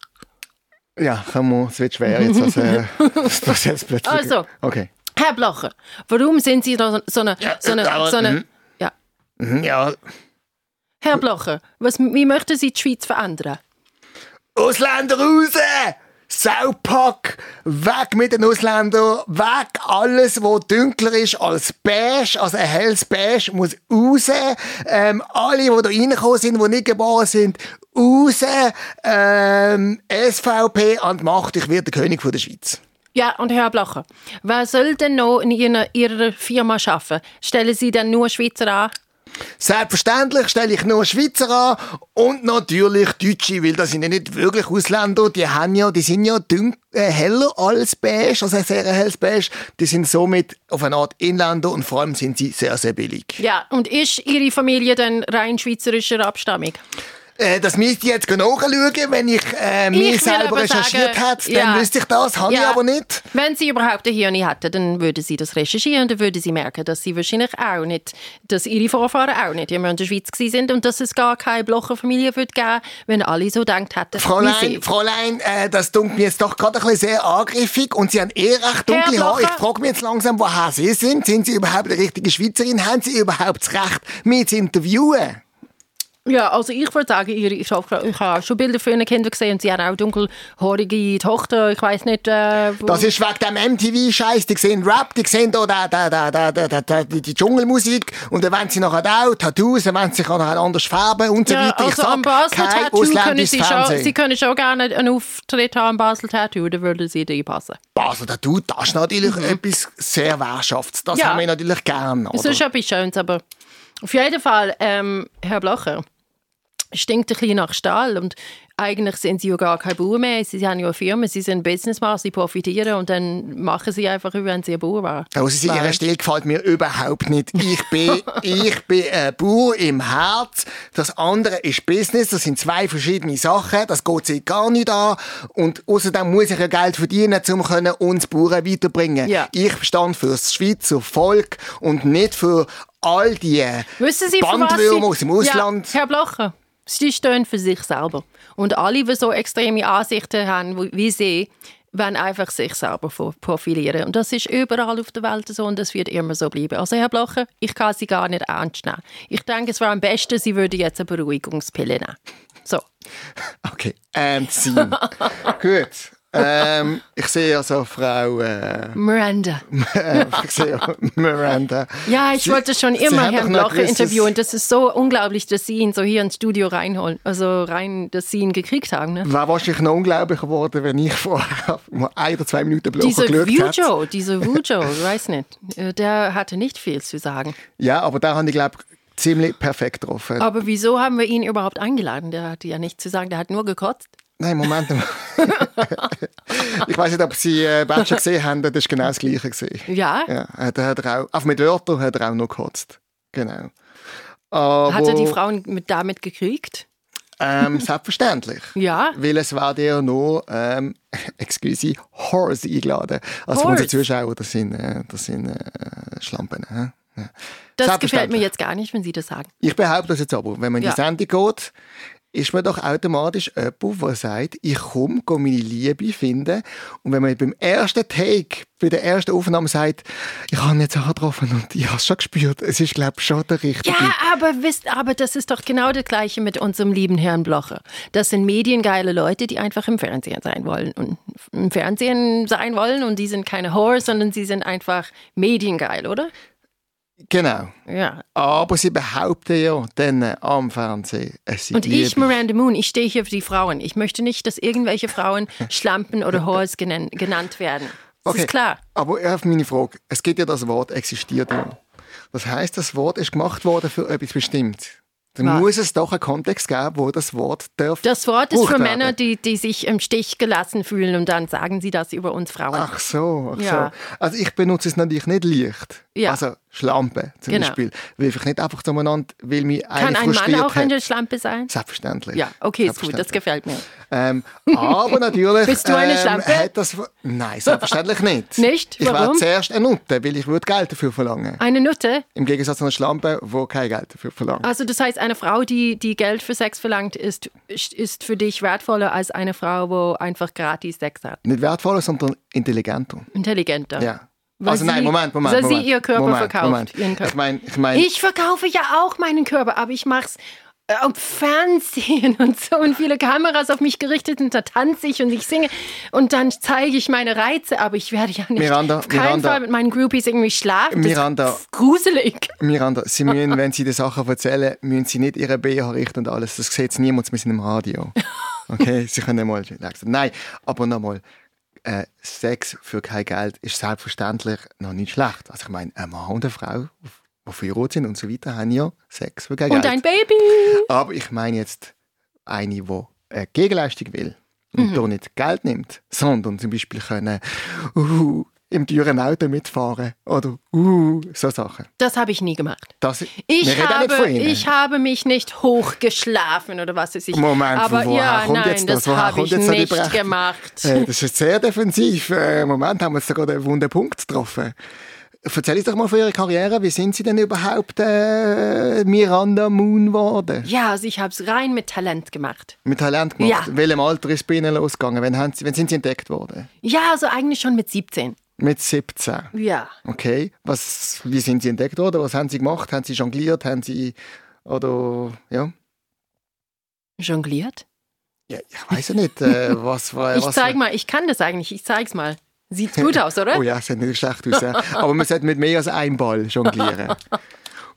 Speaker 1: Ja, komm mal, es wird schwer jetzt, was, äh, was jetzt plötzlich...
Speaker 3: Also.
Speaker 1: Okay.
Speaker 3: Herr Blocher, warum sind Sie da so- so eine... So eine,
Speaker 1: aber-
Speaker 3: so eine
Speaker 1: mhm.
Speaker 3: ja.
Speaker 1: Mhm, Ja,
Speaker 3: Herr Blocher, was, wie möchten Sie die Schweiz verändern?
Speaker 1: Ausländer raus! Saupack! Weg mit den Ausländern! Weg alles, was dunkler ist als beige, als ein helles beige, muss raus! Ähm, alle, die da reingekommen sind, die nicht geboren sind, raus! Ähm, SVP an die Macht, ich werde der König von der Schweiz.
Speaker 3: Ja, und Herr Blocher, wer soll denn noch in Ihrer, ihrer Firma arbeiten? Stellen Sie dann nur Schweizer an?
Speaker 1: Selbstverständlich stelle ich noch Schweizer an und natürlich Deutsche, weil das sind ja nicht wirklich Ausländer. Die haben ja, die sind ja dünn, äh, heller als beige, also ein sehr helles beige. Die sind somit auf eine Art Inländer und vor allem sind sie sehr, sehr billig.
Speaker 3: Ja, und ist Ihre Familie dann rein schweizerischer Abstammung?
Speaker 1: Äh, das müsst ihr jetzt nachschauen, wenn ich äh, mich
Speaker 3: will
Speaker 1: selber
Speaker 3: aber
Speaker 1: recherchiert
Speaker 3: sagen,
Speaker 1: hätte, dann
Speaker 3: ja.
Speaker 1: wüsste ich das, habe ich
Speaker 3: Ja.
Speaker 1: aber nicht.
Speaker 3: Wenn sie überhaupt eine Hirne hätten, dann würde sie das recherchieren und dann würde sie merken, dass sie wahrscheinlich auch nicht, dass ihre Vorfahren auch nicht immer in der Schweiz gewesen sind und dass es gar keine Blocherfamilie würde geben, wenn alle so gedacht hätten. wie sie.
Speaker 1: Fräulein, Fräulein, äh, das dunkelt mir jetzt doch gerade ein bisschen sehr angriffig und Sie haben eh recht dunkle
Speaker 3: Herr
Speaker 1: Haare.
Speaker 3: Blocher.
Speaker 1: Ich frage mich jetzt langsam, woher Sie sind. Sind Sie überhaupt eine richtige Schweizerin? Haben Sie überhaupt das Recht, mich zu interviewen?
Speaker 3: Ja, also ich würde sagen, ihre, ich, habe- ich habe schon Bilder von ihren Kindern gesehen und sie haben auch dunkelhaarige Tochter. Ich weiß nicht, äh, wo-
Speaker 1: Das ist wegen dem MTV-Scheiß. Die sehen Rap, die sehen da, da, da, da, da, da, da, da, die die Dschungelmusik und dann wollen sie nachher auch Tattoos, dann wollen sie sich auch nachher anders färben und so
Speaker 3: ja,
Speaker 1: weiter. Ich
Speaker 3: also
Speaker 1: sag,
Speaker 3: am Basel
Speaker 1: kein
Speaker 3: Tattoo können
Speaker 1: ausländisches
Speaker 3: sie schon,
Speaker 1: Fernsehen.
Speaker 3: sie können schon gerne einen Auftritt haben am Basel Tattoo, dann würden sie reinpassen.
Speaker 1: Basel Tattoo, das ist natürlich etwas sehr Wirtschafts. Das
Speaker 3: Mhm. Ja.
Speaker 1: haben wir natürlich gern.
Speaker 3: Es
Speaker 1: Oder?
Speaker 3: ist etwas Schönes, aber auf jeden Fall, ähm, Herr Blocher, stinkt ein bisschen nach Stall und eigentlich sind sie ja gar kein Bauer mehr, sie haben ja eine Firma, sie sind Businessman, sie profitieren und dann machen sie einfach, wie wenn sie ein Bauer wären.
Speaker 1: Rosi, Sie, Ihre Stil gefällt mir überhaupt nicht. Ich bin, ich bin ein Bauer im Herz. Das andere ist Business. Das sind zwei verschiedene Sachen. Das geht Sie gar nicht an. Und außerdem muss ich ja Geld verdienen, um können uns Bauern weiterbringen.
Speaker 3: Ja.
Speaker 1: Ich stand fürs Schweizer Volk und nicht für all die
Speaker 3: Wissen Sie, für was
Speaker 1: Bandwürmer aus
Speaker 3: sie...
Speaker 1: dem Ausland.
Speaker 3: Ja, Herr Blocher, sie stehen für sich selber. Und alle, die so extreme Ansichten haben wie- wie sie, wollen einfach sich selber vor- profilieren. Und das ist überall auf der Welt so und das wird immer so bleiben. Also Herr Blocher, ich kann Sie gar nicht ernst nehmen. Ich denke, es wäre am besten, Sie würden jetzt eine Beruhigungspille nehmen. So.
Speaker 1: Okay. Ähm, ziehen. Gut. Ähm, ich sehe also Frau, äh,
Speaker 3: Miranda.
Speaker 1: äh, ich sehe Miranda.
Speaker 3: Ja, ich
Speaker 1: Sie-
Speaker 3: wollte schon
Speaker 1: Sie
Speaker 3: immer
Speaker 1: haben
Speaker 3: Herrn
Speaker 1: doch noch ein
Speaker 3: Blocher
Speaker 1: gewisses-
Speaker 3: interviewen. Das ist so unglaublich, dass Sie ihn so hier ins Studio reinholen. Also rein, dass Sie ihn gekriegt haben. Ne?
Speaker 1: Wäre wahrscheinlich noch unglaublich geworden, wenn ich vorher mal ein oder zwei Minuten bloß
Speaker 3: Dieser
Speaker 1: geschaut hätte.
Speaker 3: Vujo, dieser Vujo, ich weiß nicht, äh, der hatte nicht viel zu sagen.
Speaker 1: Ja, aber da habe ich, glaube ich, ziemlich perfekt getroffen.
Speaker 3: Aber wieso haben wir ihn überhaupt eingeladen? Der hatte ja nichts zu sagen, der hat nur gekotzt.
Speaker 1: Nein, Moment mal. ich weiß nicht, ob Sie äh, Bachelor gesehen haben, das war genau das Gleiche. Gewesen.
Speaker 3: Ja,
Speaker 1: Ja, äh, da hat er auch, auch mit Wörtern hat er auch noch gekotzt. Genau. Aber,
Speaker 3: hat er die Frauen mit, damit gekriegt?
Speaker 1: Ähm, selbstverständlich.
Speaker 3: Ja.
Speaker 1: Weil es werden ja noch, ähm, excuse, Horse eingeladen. Also für
Speaker 3: Horse?
Speaker 1: unsere Zuschauer, das sind, äh, das sind äh, Schlampen. hä? Ja.
Speaker 3: Das gefällt
Speaker 1: Selbstverständlich.
Speaker 3: mir jetzt gar nicht, wenn Sie das sagen.
Speaker 1: Ich behaupte das jetzt aber, wenn man in
Speaker 3: Ja.
Speaker 1: die Sendung geht, ist man doch automatisch jemand, der sagt, ich komme, gehe meine Liebe finden. Und wenn man beim ersten Take, bei der ersten Aufnahme sagt, ich habe ihn jetzt angetroffen und ich habe es schon gespürt, es ist, glaube ich, schon der richtige.
Speaker 3: Ja, aber, wisst, aber das ist doch genau das Gleiche mit unserem lieben Herrn Blocher. Das sind mediengeile Leute, die einfach im Fernsehen sein wollen und im Fernsehen sein wollen und die sind keine Whores, sondern sie sind einfach mediengeil, oder?
Speaker 1: Genau.
Speaker 3: Ja.
Speaker 1: Aber sie behaupten ja dann am Fernsehen, es sei
Speaker 3: Und ich,
Speaker 1: Liebe.
Speaker 3: Miranda Moon, ich stehe hier für die Frauen. Ich möchte nicht, dass irgendwelche Frauen Schlampen oder Whores genan genannt werden. Das
Speaker 1: Okay.
Speaker 3: ist klar.
Speaker 1: Aber auf meine Frage, es gibt ja das Wort existiert ja. Das heißt, das Wort ist gemacht worden für etwas bestimmt. Dann
Speaker 3: Was?
Speaker 1: muss es doch einen Kontext geben, wo das Wort darf.
Speaker 3: Das Wort ist
Speaker 1: gebraucht
Speaker 3: für
Speaker 1: werden.
Speaker 3: Männer, die, die sich im Stich gelassen fühlen und dann sagen sie das über uns Frauen.
Speaker 1: Ach so, ach
Speaker 3: Ja.
Speaker 1: so. Also ich benutze es natürlich nicht leicht.
Speaker 3: Ja.
Speaker 1: Also Schlampe zum
Speaker 3: Genau.
Speaker 1: Beispiel. Weil ich nicht einfach zueinander, weil mich
Speaker 3: Kann
Speaker 1: eine
Speaker 3: ein
Speaker 1: frustriert
Speaker 3: Mann auch
Speaker 1: hat.
Speaker 3: eine Schlampe sein?
Speaker 1: Selbstverständlich.
Speaker 3: Ja, okay, ist gut, das
Speaker 1: Selbstverständlich.
Speaker 3: gefällt mir.
Speaker 1: ähm, aber natürlich.
Speaker 3: Bist du eine Schlampe?
Speaker 1: Ähm, hat das, nein, selbstverständlich nicht.
Speaker 3: Nicht?
Speaker 1: Ich wäre
Speaker 3: Warum?
Speaker 1: zuerst eine Nutte, weil ich würde Geld dafür verlangen.
Speaker 3: Eine Nutte?
Speaker 1: Im Gegensatz zu einer Schlampe, die kein Geld dafür verlangt.
Speaker 3: Also das heißt, eine Frau, die, die Geld für Sex verlangt, ist, ist für dich wertvoller als eine Frau, wo einfach gratis Sex hat.
Speaker 1: Nicht wertvoller, sondern intelligenter.
Speaker 3: Intelligenter.
Speaker 1: Ja.
Speaker 3: Weil
Speaker 1: also nein,
Speaker 3: sie-
Speaker 1: Moment, Moment.
Speaker 3: weil sie
Speaker 1: Moment,
Speaker 3: ihr Körper
Speaker 1: Moment,
Speaker 3: verkauft,
Speaker 1: Moment.
Speaker 3: ihren Körper.
Speaker 1: Ich meine, ich mein,
Speaker 3: Ich verkaufe ja auch meinen Körper, aber ich mach's äh, am Fernsehen und so und viele Kameras auf mich gerichtet und da tanze ich und ich singe und dann zeige ich meine Reize, aber ich werde ja nicht
Speaker 1: Miranda,
Speaker 3: auf keinen
Speaker 1: Miranda.
Speaker 3: Fall mit meinen Groupies irgendwie schlafen.
Speaker 1: Miranda.
Speaker 3: Das ist gruselig.
Speaker 1: Miranda, Sie müssen, wenn Sie die Sachen erzählen, müssen Sie nicht Ihre BH richten und alles. Das sieht niemand, wir sind im Radio. Okay, Sie können mal relaxen. Nein, aber nochmal. Äh, Sex für kein Geld ist selbstverständlich noch nicht schlecht. Also ich meine, ein Mann und eine Frau, die verheiratet sind und so weiter, haben ja Sex für kein
Speaker 3: Und ein
Speaker 1: Geld.
Speaker 3: Baby.
Speaker 1: Aber ich meine jetzt eine, die eine Gegenleistung will und
Speaker 3: Mhm.
Speaker 1: da nicht Geld nimmt, sondern zum Beispiel können uh, im teuren Auto mitfahren oder uh, so Sachen.
Speaker 3: Das habe ich nie gemacht.
Speaker 1: Das, wir
Speaker 3: Ich
Speaker 1: reden auch nicht
Speaker 3: habe,
Speaker 1: von Ihnen.
Speaker 3: ich habe mich nicht hochgeschlafen oder was weiß ich.
Speaker 1: Moment,
Speaker 3: aber
Speaker 1: woher
Speaker 3: ja,
Speaker 1: kommt
Speaker 3: nein,
Speaker 1: jetzt das?
Speaker 3: das,
Speaker 1: Woher
Speaker 3: habe
Speaker 1: kommt
Speaker 3: ich
Speaker 1: jetzt so die
Speaker 3: nicht
Speaker 1: Brachte?
Speaker 3: gemacht.
Speaker 1: Äh, das ist sehr defensiv. Äh, Im Moment haben wir jetzt sogar einen wunden Punkt getroffen. Erzähl uns doch mal von Ihrer Karriere. Wie sind Sie denn überhaupt äh, Miranda Moon geworden?
Speaker 3: Ja, also ich habe es rein mit Talent gemacht.
Speaker 1: Mit Talent gemacht.
Speaker 3: Ja.
Speaker 1: In welchem Alter ist bei Ihnen losgegangen? Wann, haben Sie, wann sind Sie entdeckt worden?
Speaker 3: Ja, also eigentlich schon mit 17.
Speaker 1: Mit 17.
Speaker 3: Ja.
Speaker 1: Okay. Was, wie sind Sie entdeckt worden? Was haben Sie gemacht? Haben Sie jongliert? Haben Sie... Oder... Ja.
Speaker 3: Jongliert?
Speaker 1: ja ich weiß ja nicht, äh, was... was
Speaker 3: Ich zeig mal, ich kann das eigentlich. Ich zeig's mal. Sieht's gut aus, oder?
Speaker 1: Oh ja, sieht nicht schlecht aus. Ja. Aber man sollte mit mehr als einem Ball jonglieren.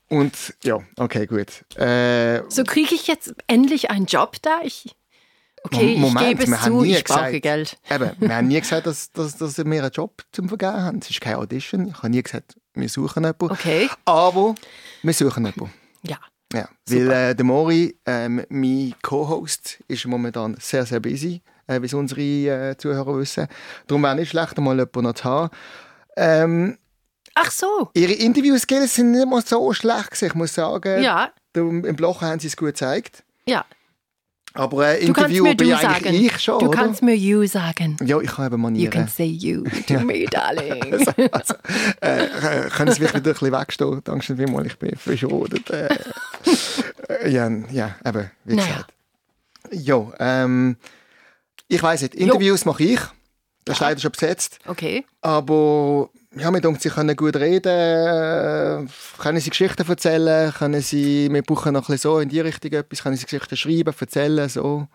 Speaker 1: Und ja, okay, gut. Äh,
Speaker 3: So kriege ich jetzt endlich einen Job da? Ich, okay,
Speaker 1: Mom- Moment,
Speaker 3: ich gebe
Speaker 1: wir
Speaker 3: es
Speaker 1: haben
Speaker 3: zu,
Speaker 1: nie
Speaker 3: ich brauche
Speaker 1: gesagt-
Speaker 3: Geld.
Speaker 1: eben, wir haben nie gesagt, dass, dass, dass wir einen Job zum Vergeben haben. Es ist keine Audition. Ich habe nie gesagt, wir suchen jemanden.
Speaker 3: Okay,
Speaker 1: Aber wir suchen jemanden.
Speaker 3: ja.
Speaker 1: Ja, weil äh, der Mori, ähm, mein Co-Host, ist momentan sehr, sehr busy, äh, wie es unsere äh, Zuhörer wissen. Darum wäre nicht schlecht, mal jemanden noch zu haben. Ähm,
Speaker 3: Ach so,
Speaker 1: ihre Interview-Skills sind nicht mal so schlecht. gewesen. Ich muss sagen,
Speaker 3: ja,
Speaker 1: Darum, Im Blocher haben sie es gut gezeigt.
Speaker 3: ja.
Speaker 1: Aber äh,
Speaker 3: Du kannst
Speaker 1: Interview
Speaker 3: mir
Speaker 1: bin
Speaker 3: du
Speaker 1: ja
Speaker 3: sagen.
Speaker 1: eigentlich ich schon,
Speaker 3: du
Speaker 1: oder?
Speaker 3: kannst mir you sagen.
Speaker 1: Ja, ich habe eben
Speaker 3: You can
Speaker 1: Manieren.
Speaker 3: say you to me, darling.
Speaker 1: Äh, können Sie wirklich wieder ein bisschen wegstehen? Dankeschön vielmals, ich bin verschrodet. Äh, äh, ja, ja, eben, wie
Speaker 3: Naja.
Speaker 1: gesagt. Ja, ähm, ich weiss nicht, Interviews mache ich. Das ist leider schon besetzt.
Speaker 3: Okay,
Speaker 1: Aber ja, mir denkt, sie können gut reden, äh, können sie Geschichten erzählen, können sie, wir brauchen noch ein bisschen so in die Richtung etwas, können sie Geschichten schreiben, erzählen, so.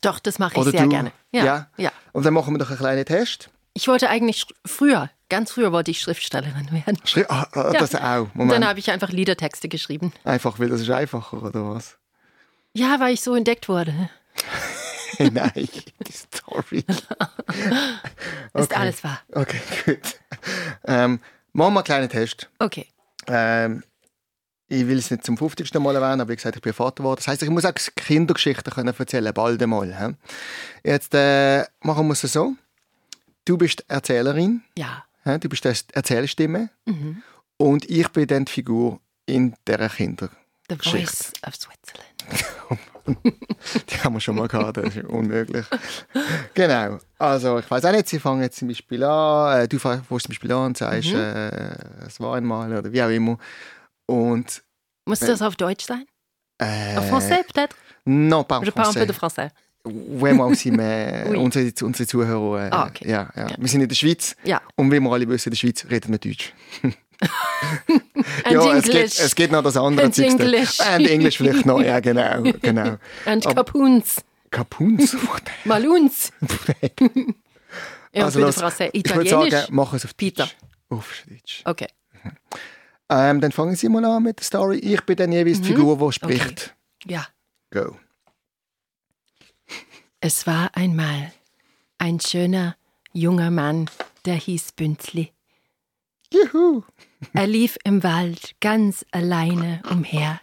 Speaker 3: doch, das mache ich
Speaker 1: Oder
Speaker 3: sehr
Speaker 1: du.
Speaker 3: gerne.
Speaker 1: Ja.
Speaker 3: ja.
Speaker 1: Und dann machen wir doch einen kleinen Test.
Speaker 3: Ich wollte eigentlich sch- früher, ganz früher wollte ich Schriftstellerin werden.
Speaker 1: Schri ah, ah,
Speaker 3: Ja.
Speaker 1: Das auch.
Speaker 3: Und dann
Speaker 1: Moment.
Speaker 3: habe ich einfach Liedertexte geschrieben.
Speaker 1: Einfach, weil das ist einfacher, oder was?
Speaker 3: Ja, weil ich so entdeckt wurde.
Speaker 1: Nein, sorry.
Speaker 3: Ist
Speaker 1: Okay.
Speaker 3: alles wahr.
Speaker 1: Okay, gut. Ähm, machen wir einen kleinen Test.
Speaker 3: Okay.
Speaker 1: Ähm, ich will es nicht zum 50. Mal erwähnen, aber wie gesagt, ich bin Vater geworden. Das heisst, ich muss auch Kindergeschichten können erzählen, bald einmal. hä? Jetzt äh, machen wir es so. Du bist Erzählerin,
Speaker 3: Ja.
Speaker 1: hä? du bist die Erzählstimme
Speaker 3: Mhm.
Speaker 1: und ich bin dann die Figur in dieser Kinder.
Speaker 3: The
Speaker 1: Geschichte.
Speaker 3: Voice of Switzerland.
Speaker 1: Die haben wir schon mal gehabt, das ist unmöglich. genau. Also, ich weiß auch nicht, sie fangen jetzt zum Beispiel an, äh, du fängst fängst zum Beispiel an und sagst,
Speaker 3: Mhm.
Speaker 1: äh, es war einmal oder wie auch immer. Und.
Speaker 3: Muss das auf Deutsch sein?
Speaker 1: Äh,
Speaker 3: Auf Français, peut-être?
Speaker 1: Non, pas en
Speaker 3: Je parle un peu de
Speaker 1: français.
Speaker 3: français.
Speaker 1: Oui, moi aussi, mais euh,
Speaker 3: Oui.
Speaker 1: unsere, unsere Zuhörer. Äh,
Speaker 3: Ah, okay.
Speaker 1: ja, ja. Wir sind in der Schweiz.
Speaker 3: Ja.
Speaker 1: Und wie wir alle wissen, in der Schweiz reden wir Deutsch.
Speaker 3: And
Speaker 1: ja, es
Speaker 3: English.
Speaker 1: geht, es geht noch das andere
Speaker 3: And
Speaker 1: Zeugs da.
Speaker 3: English.
Speaker 1: And English vielleicht noch, ja, genau. genau.
Speaker 3: And
Speaker 1: Aber-
Speaker 3: Kapuns.
Speaker 1: Kapunz, what the
Speaker 3: Maluns. ja, also,
Speaker 1: los,
Speaker 3: Français.
Speaker 1: ich würde
Speaker 3: Italienisch.
Speaker 1: sagen, mach es auf Deutsch.
Speaker 3: Pita.
Speaker 1: Auf Deutsch.
Speaker 3: okay.
Speaker 1: Ähm, dann fangen Sie mal an mit der Story. Ich bin dann jeweils die Figur, die spricht.
Speaker 3: Ja.
Speaker 1: Go.
Speaker 3: Es war einmal ein schöner junger Mann, der hieß Bünzli.
Speaker 1: Juhu.
Speaker 3: Er lief im Wald ganz alleine umher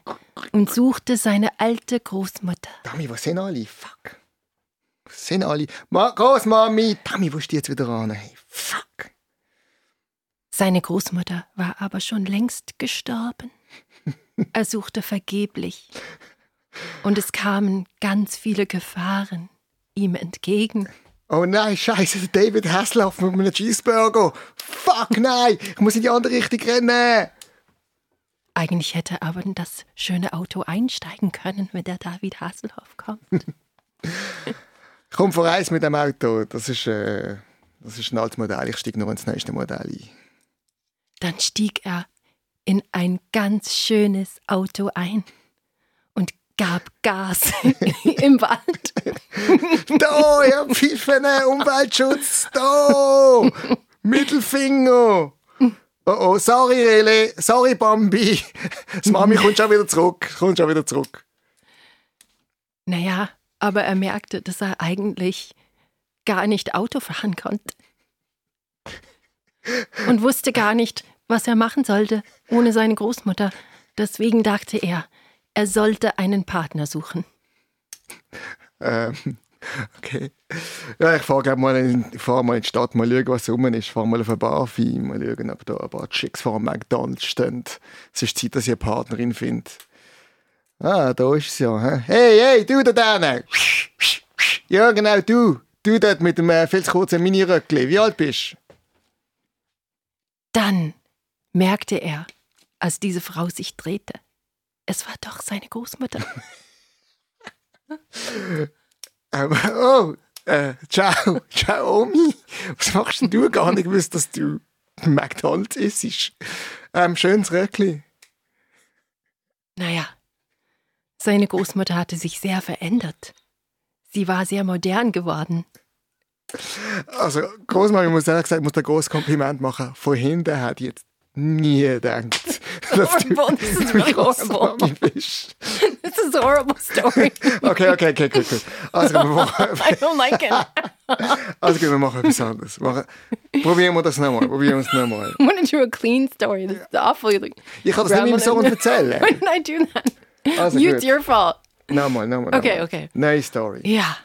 Speaker 3: und suchte seine alte Großmutter.
Speaker 1: Dami, wo sind alle? Fuck. Wo sind alle? Ma Großmami. Dami, wo ist die jetzt wieder an? Hey, fuck.
Speaker 3: Seine Großmutter war aber schon längst gestorben. Er suchte vergeblich. Und es kamen ganz viele Gefahren ihm entgegen.
Speaker 1: Oh nein, scheiße, der David Hasselhoff mit einem Cheeseburger. Fuck, nein. Ich muss in die andere Richtung rennen.
Speaker 3: Eigentlich hätte er aber in das schöne Auto einsteigen können, wenn der David Hasselhoff kommt.
Speaker 1: Ich komme vor eins mit dem Auto. Das ist, äh, das ist ein altes Modell. Ich steige noch ins nächste Modell ein.
Speaker 3: Dann stieg er in ein ganz schönes Auto ein und gab Gas im Wald.
Speaker 1: Da, ich hab Pfiffen, Umweltschutz, da! Mittelfinger! Oh oh, sorry Rele, sorry Bambi. Das Mami kommt schon wieder zurück, kommt schon wieder zurück.
Speaker 3: Naja, aber er merkte, dass er eigentlich gar nicht Auto fahren konnte und wusste gar nicht, was er machen sollte ohne seine Großmutter. Deswegen dachte er, er sollte einen Partner suchen.
Speaker 1: Ähm, okay. Ja, ich fahre glaub mal, in- ich fahr mal in die Stadt, mal schauen, was rum ist. Ich fahre mal auf eine Barfi, mal schauen, ob da ein paar Chicks vor dem McDonalds stehen. Es ist Zeit, dass ich eine Partnerin finde. Ah, da ist es ja. hä? Hey, hey, du da drinnen! Ja, genau, du. Du dort mit dem äh, viel zu kurzen Mini-Röckli. Wie alt bist du?
Speaker 3: Dann merkte er, als diese Frau sich drehte, es war doch seine Großmutter.
Speaker 1: Ähm, oh, äh, ciao. Ciao, Omi. Was machst denn du? Gar nicht gewusst, dass du McDonalds isst. Ähm, schönes Röckli.
Speaker 3: Naja, seine Großmutter hatte sich sehr verändert. Sie war sehr modern geworden.
Speaker 1: Also, Großmami muss ehrlich gesagt, muss ein großes Kompliment machen. Von hinten hat jetzt nie gedacht, dass du
Speaker 3: Horrible, das ist
Speaker 1: meine
Speaker 3: wirklich horrible.
Speaker 1: Großmami bist.
Speaker 3: This is a horrible story.
Speaker 1: Okay, okay, okay, okay, okay. Also, wir machen,
Speaker 3: I don't like it.
Speaker 1: also, wir machen etwas anderes. Machen, probieren wir das nochmal. Probieren wir es nochmal.
Speaker 3: I want to do a clean story. This is awful. You're like,
Speaker 1: Ich kann das nicht meinem Sohn erzählen.
Speaker 3: Why did I do that?
Speaker 1: Also
Speaker 3: you,
Speaker 1: gut.
Speaker 3: it's your fault.
Speaker 1: Nochmal, nochmal.
Speaker 3: Okay,
Speaker 1: nochmal.
Speaker 3: okay.
Speaker 1: Neue Story.
Speaker 3: Ja.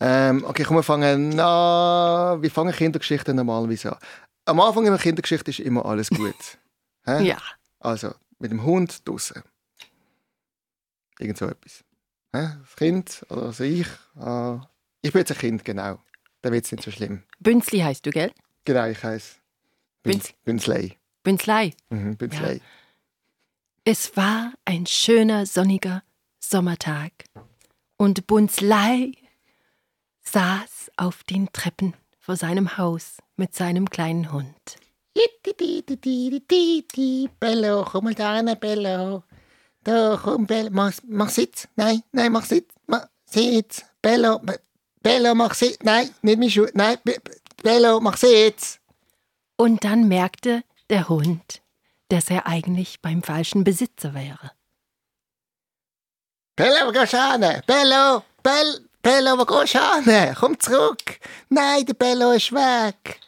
Speaker 1: Ähm, okay, komm, wir fangen an. Wie fangen Kindergeschichten normalerweise an? Am Anfang einer Kindergeschichte ist immer alles gut. Hä?
Speaker 3: Ja.
Speaker 1: Also, mit dem Hund draußen. Irgend so etwas. Hä? Das Kind, oder also ich. Äh, ich bin jetzt ein Kind, genau. Dann wird es nicht so schlimm.
Speaker 3: Bünzli heißt du, gell?
Speaker 1: Genau, ich heiße
Speaker 3: Bünz-
Speaker 1: Bünzley.
Speaker 3: Bünzlei.
Speaker 1: Mhm, Bünzley.
Speaker 3: Es war ein schöner, sonniger Sommertag. Und Bunzlei saß auf den Treppen vor seinem Haus mit seinem kleinen Hund.
Speaker 1: Bello, komm mal da rein, Bello. Da, komm, Bello, mach, mach Sitz. Nein, nein, mach Sitz. Mach Sitz. Bello, Be- Bello, mach Sitz. Nein, nicht meine Schuhe. Nein, Be Be- Bello, mach Sitz.
Speaker 3: Und dann merkte der Hund, dass er eigentlich beim falschen Besitzer wäre.
Speaker 1: Bello, wo gehst du hin? Bello, Bell, Bello, wo gehst du hin? Komm zurück. Nein, der Bello ist weg.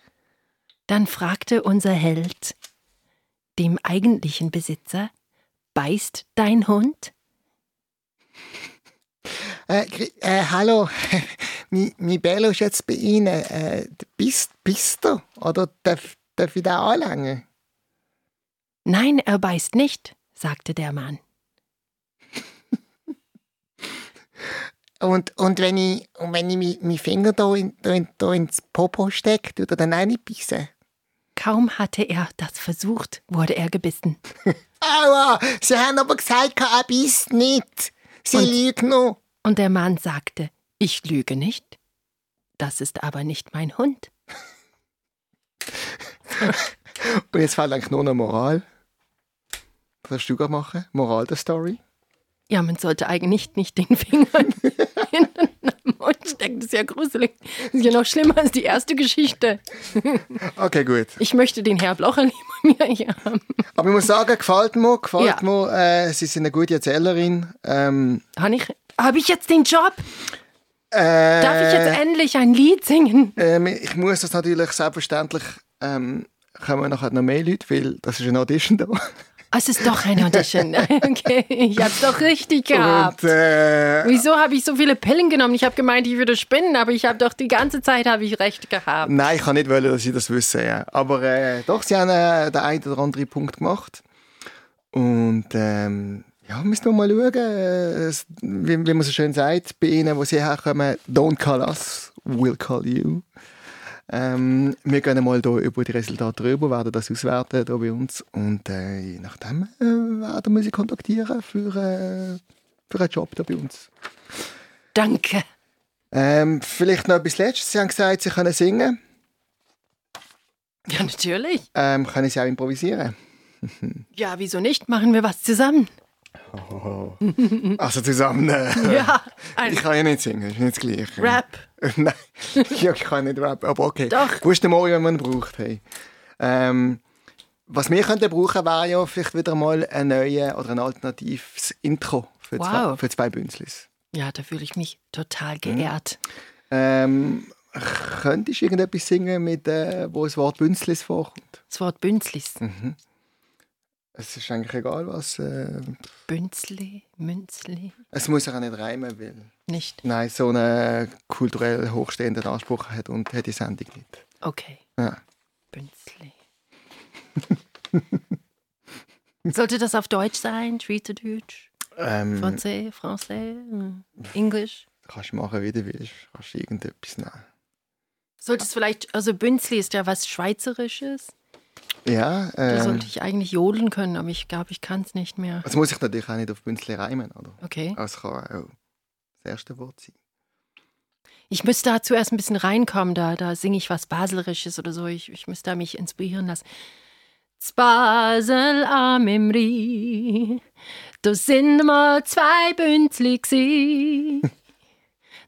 Speaker 3: Dann fragte unser Held dem eigentlichen Besitzer, beißt dein Hund?
Speaker 1: Äh, gri- äh, hallo, mein, mein Bello ist jetzt bei Ihnen. Äh, bist, bist du? Oder darf, darf ich da anlangen?
Speaker 3: Nein, er beißt nicht, sagte der Mann.
Speaker 1: Und, und wenn ich, und wenn ich mi- mi Finger da, in, da, in, da ins Popo stecke, tut er dann auch nicht bissen.
Speaker 3: Kaum hatte er das versucht, wurde er gebissen.
Speaker 1: Aua, Sie haben aber gesagt, er bisst nicht. Sie lügt noch.
Speaker 3: Und der Mann sagte, ich lüge nicht. Das ist aber nicht mein Hund.
Speaker 1: Und jetzt fällt eigentlich nur eine Moral. Was sollst du gerade machen? Moral der Story?
Speaker 3: Ja, man sollte eigentlich nicht den Finger in den Mund stecken. Das ist ja gruselig. Das ist ja noch schlimmer als die erste Geschichte.
Speaker 1: Okay, gut.
Speaker 3: Ich möchte den Herr Blocher lieber mir hier haben.
Speaker 1: Aber ich muss sagen, gefällt mir, gefällt
Speaker 3: Ja.
Speaker 1: mir. Äh, sie ist eine gute Erzählerin. Ähm,
Speaker 3: Habe ich, hab ich jetzt den Job?
Speaker 1: äh,
Speaker 3: Darf ich jetzt endlich ein Lied singen?
Speaker 1: Ähm, ich muss das natürlich selbstverständlich. Ähm, kommen nachher noch mehr Leute, weil das ist ein Audition da.
Speaker 3: Ah, Es ist doch ein Audition. Okay, ich hab's doch richtig gehabt.
Speaker 1: Und, äh,
Speaker 3: Wieso habe ich so viele Pillen genommen? Ich habe gemeint, ich würde spinnen, aber ich habe doch die ganze Zeit habe ich recht gehabt.
Speaker 1: Nein, ich kann nicht wollen, dass sie das wissen. Ja. Aber äh, doch, sie haben äh, den einen oder anderen Punkt gemacht. Und ähm, ja, müssen wir mal schauen, äh, es- wie, wie man so schön sagt, bei ihnen, wo sie herkommen, don't call us, we'll call you. Ähm, wir gehen mal hier über die Resultate drüber, werden das auswerten hier bei uns. Und äh, je nachdem äh, werden wir sie kontaktieren für, äh, für einen Job hier bei uns.
Speaker 3: Danke.
Speaker 1: Ähm, vielleicht noch etwas Letztes. Sie haben gesagt, sie können singen.
Speaker 3: Ja, natürlich.
Speaker 1: Ähm, können sie auch improvisieren?
Speaker 3: Ja, wieso nicht? Machen wir was zusammen.
Speaker 1: Also zusammen. Äh,
Speaker 3: Ja, ein
Speaker 1: ich kann ja nicht singen, ist nicht das Gleiche.
Speaker 3: Rap.
Speaker 1: Nein, ja, ich kann nicht rappen, aber okay.
Speaker 3: Doch.
Speaker 1: Wusste mal, wenn man ihn braucht. Hey. Ähm, was wir könnten brauchen, wäre ja vielleicht wieder mal ein neues oder ein alternatives Intro für, zwei,
Speaker 3: Wow.
Speaker 1: für zwei Bünzlis.
Speaker 3: Ja, da fühle ich mich total geehrt.
Speaker 1: Ähm, könntest du irgendetwas singen, mit, äh, wo das Wort Bünzlis vorkommt?
Speaker 3: Das Wort Bünzlis.
Speaker 1: Es ist eigentlich egal, was. Äh,
Speaker 3: Bünzli, Münzli,
Speaker 1: es muss ja auch nicht reimen, weil.
Speaker 3: nicht.
Speaker 1: Nein, so einen kulturell hochstehenden Anspruch hat und hat die Sendung nicht.
Speaker 3: Okay,
Speaker 1: Ja.
Speaker 3: Bünzli. Sollte das auf Deutsch sein? Schweizerdeutsch?
Speaker 1: Ähm,
Speaker 3: Französisch? Français? Hm. Englisch?
Speaker 1: kannst du machen, wie du willst. Kannst du irgendetwas nehmen.
Speaker 3: Sollte es vielleicht, also Bünzli ist ja was Schweizerisches.
Speaker 1: Ja,
Speaker 3: Da
Speaker 1: ähm,
Speaker 3: sollte ich eigentlich jodeln können, aber ich glaube, ich kann es nicht mehr.
Speaker 1: das muss ich natürlich auch nicht auf Bünzli reimen, oder?
Speaker 3: Okay.
Speaker 1: Aber Es kann auch das erste Wort sein.
Speaker 3: Ich müsste da zuerst ein bisschen reinkommen, da, da singe ich was Baselrisches oder so. Ich, ich müsste da mich inspirieren lassen. Z Basel am im Rhein, da sind mal zwei Bünzli gsi.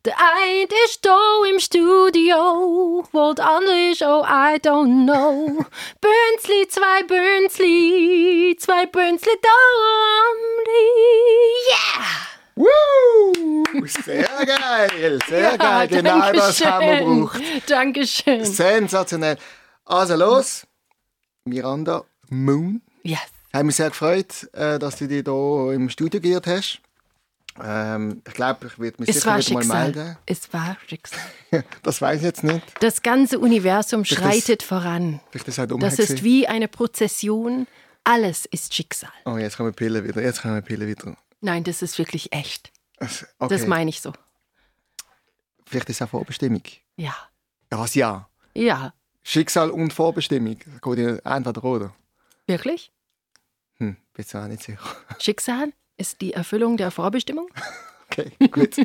Speaker 3: Der eine ist da im Studio, wo der andere ist, oh, I don't know. Bünzli, zwei Bünzli, zwei Bünzli da am Rhein, yeah!
Speaker 1: Woo! Sehr geil, sehr geil. Genau das haben wir gebraucht.
Speaker 3: Dankeschön.
Speaker 1: Sensationell. Also los, Miranda Moon.
Speaker 3: Yes.
Speaker 1: Hat mich sehr gefreut, äh, dass du dich hier im Studio geirrt hast. Ähm, ich glaube, ich werde mich
Speaker 3: Es
Speaker 1: sicher
Speaker 3: war
Speaker 1: wieder mal
Speaker 3: Schicksal.
Speaker 1: melden.
Speaker 3: Es war Schicksal.
Speaker 1: Das weiß ich jetzt nicht.
Speaker 3: Das ganze Universum
Speaker 1: das- um
Speaker 3: schreitet voran.
Speaker 1: Vielleicht ist es auch dumm
Speaker 3: Das ist
Speaker 1: gewesen.
Speaker 3: wie eine Prozession. Alles ist Schicksal.
Speaker 1: Oh, jetzt kommen Pille wieder. Jetzt kommen Pille wieder.
Speaker 3: Nein, das ist wirklich echt.
Speaker 1: Also,
Speaker 3: Das
Speaker 1: Okay.
Speaker 3: meine ich so.
Speaker 1: Vielleicht ist es auch Vorbestimmung.
Speaker 3: Ja.
Speaker 1: Das ja.
Speaker 3: Ja.
Speaker 1: Schicksal und Vorbestimmung. Das geht ja entweder oder.
Speaker 3: Wirklich?
Speaker 1: Hm, bin ich auch nicht sicher.
Speaker 3: Schicksal ist die Erfüllung der Vorbestimmung?
Speaker 1: Okay, gut.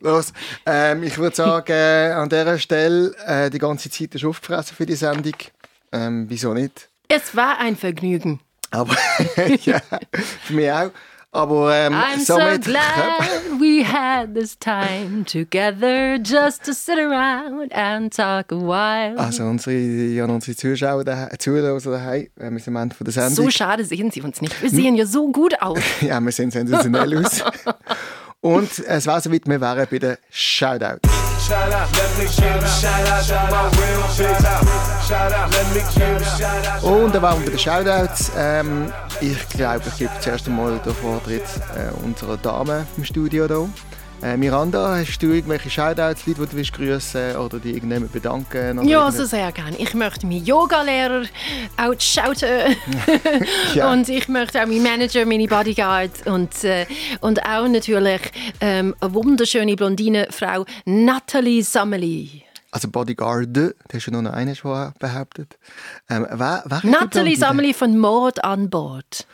Speaker 1: Los, ähm, ich würde sagen, äh, an dieser Stelle, äh, die ganze Zeit ist aufgefressen für die Sendung. Ähm, wieso nicht?
Speaker 3: Es war ein Vergnügen.
Speaker 1: Aber ja, für mich auch. Aber ähm,
Speaker 3: I'm so
Speaker 1: somit
Speaker 3: glad we had this time together just to sit around and talk a while.
Speaker 1: Also unsere, ja, unsere Zuschauer, dahe- Zuhörer daheim, äh, wir sind am Ende von der Sendung.
Speaker 3: So schade sehen sie uns nicht. Wir sehen ja so gut aus.
Speaker 1: ja, wir sehen sensationell aus. Und es war soweit, wir wären bei den Shoutouts.
Speaker 2: Shout out, let me give a shout out to my real bitch. Shout out, let me give a shout out.
Speaker 1: Und da waren wir bei den Shoutouts. Ähm, ich glaube, ich gebe zuerst einmal den Vortritt äh, unserer Dame im Studio hier. Äh, Miranda, hast du irgendwelche Shoutouts, Leute, die du willst grüßen oder die irgendjemand bedanken? oder
Speaker 3: Ja, also
Speaker 1: irgend-
Speaker 3: so sehr gerne. Ich möchte meinen Yoga-Lehrer outschauten.
Speaker 1: Ja.
Speaker 3: Und ich möchte auch meinen Manager, meine Bodyguards und, äh, und auch natürlich ähm, eine wunderschöne blondine Frau Nathalie Sameli.
Speaker 1: Also Bodyguard, da hast du noch einen vorher behauptet. Ähm, wer, wer hat
Speaker 3: Nathalie
Speaker 1: die Blondine?
Speaker 3: Sameli von Mord an Bord.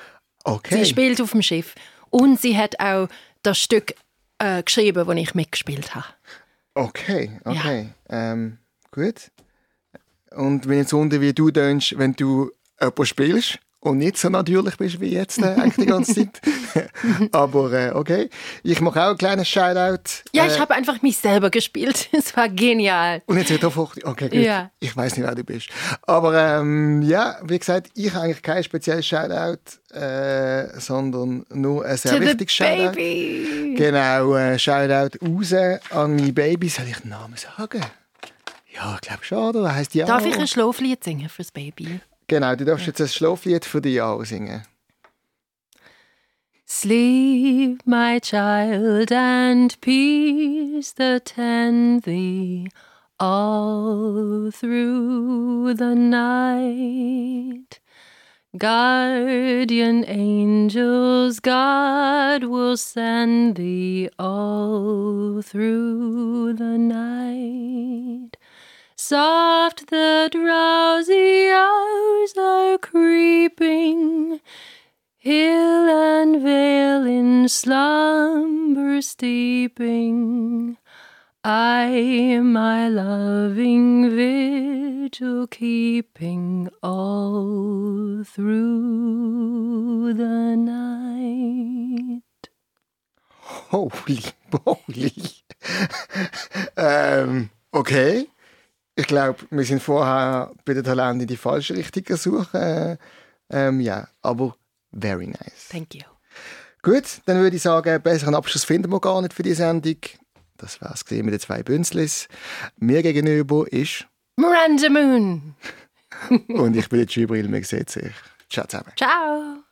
Speaker 1: Okay.
Speaker 3: Sie spielt auf dem Schiff. Und sie hat auch das Stück äh, geschrieben, das ich mitgespielt habe.
Speaker 1: Okay, okay. Ähm, gut. Und wenn jetzt unten wie du tönst, wenn du jemanden spielst und nicht so natürlich bist wie jetzt äh, eigentlich die ganze Zeit. Aber äh, okay. Ich mache auch einen kleinen Shoutout.
Speaker 3: Ja,
Speaker 1: äh,
Speaker 3: ich habe einfach mich selber gespielt. Es war genial.
Speaker 1: Und jetzt wird er furcht. Okay, gut.
Speaker 3: Ja.
Speaker 1: Ich weiß nicht, wer du bist. Aber ähm, ja, wie gesagt, ich habe eigentlich keinen speziellen Shoutout, äh, sondern nur ein sehr
Speaker 3: To the
Speaker 1: wichtiges Shoutout.
Speaker 3: baby.
Speaker 1: Genau, äh, Shoutout raus an meine Baby. Soll ich den Namen sagen? Ja, ich glaube schon, oder? Er heisst ja.
Speaker 3: Darf ich ein Schlaflied singen fürs Baby?
Speaker 1: Genau, du darfst jetzt ein Schlaflied für die Jahre singen.
Speaker 3: Sleep, my child, and peace attend thee all through the night. Guardian angels, God will send thee all through the night. Soft the drowsy hours are creeping. Hill and vale in slumber steeping, I my loving vigil keeping all through the night.
Speaker 1: Holy moly. ähm, okay. Ich glaube, wir sind vorher bei den Talenten in die falsche Richtung gesucht. Äh, ähm, ja, aber very nice.
Speaker 3: Thank you.
Speaker 1: Gut, dann würde ich sagen, besseren Abschluss finden wir gar nicht für die Sendung. Das war's gesehen mit den zwei Bünzlis. Mir gegenüber ist
Speaker 3: Miranda Moon.
Speaker 1: und ich bin der Gibril, man sieht sich. Ciao zusammen.
Speaker 3: Ciao.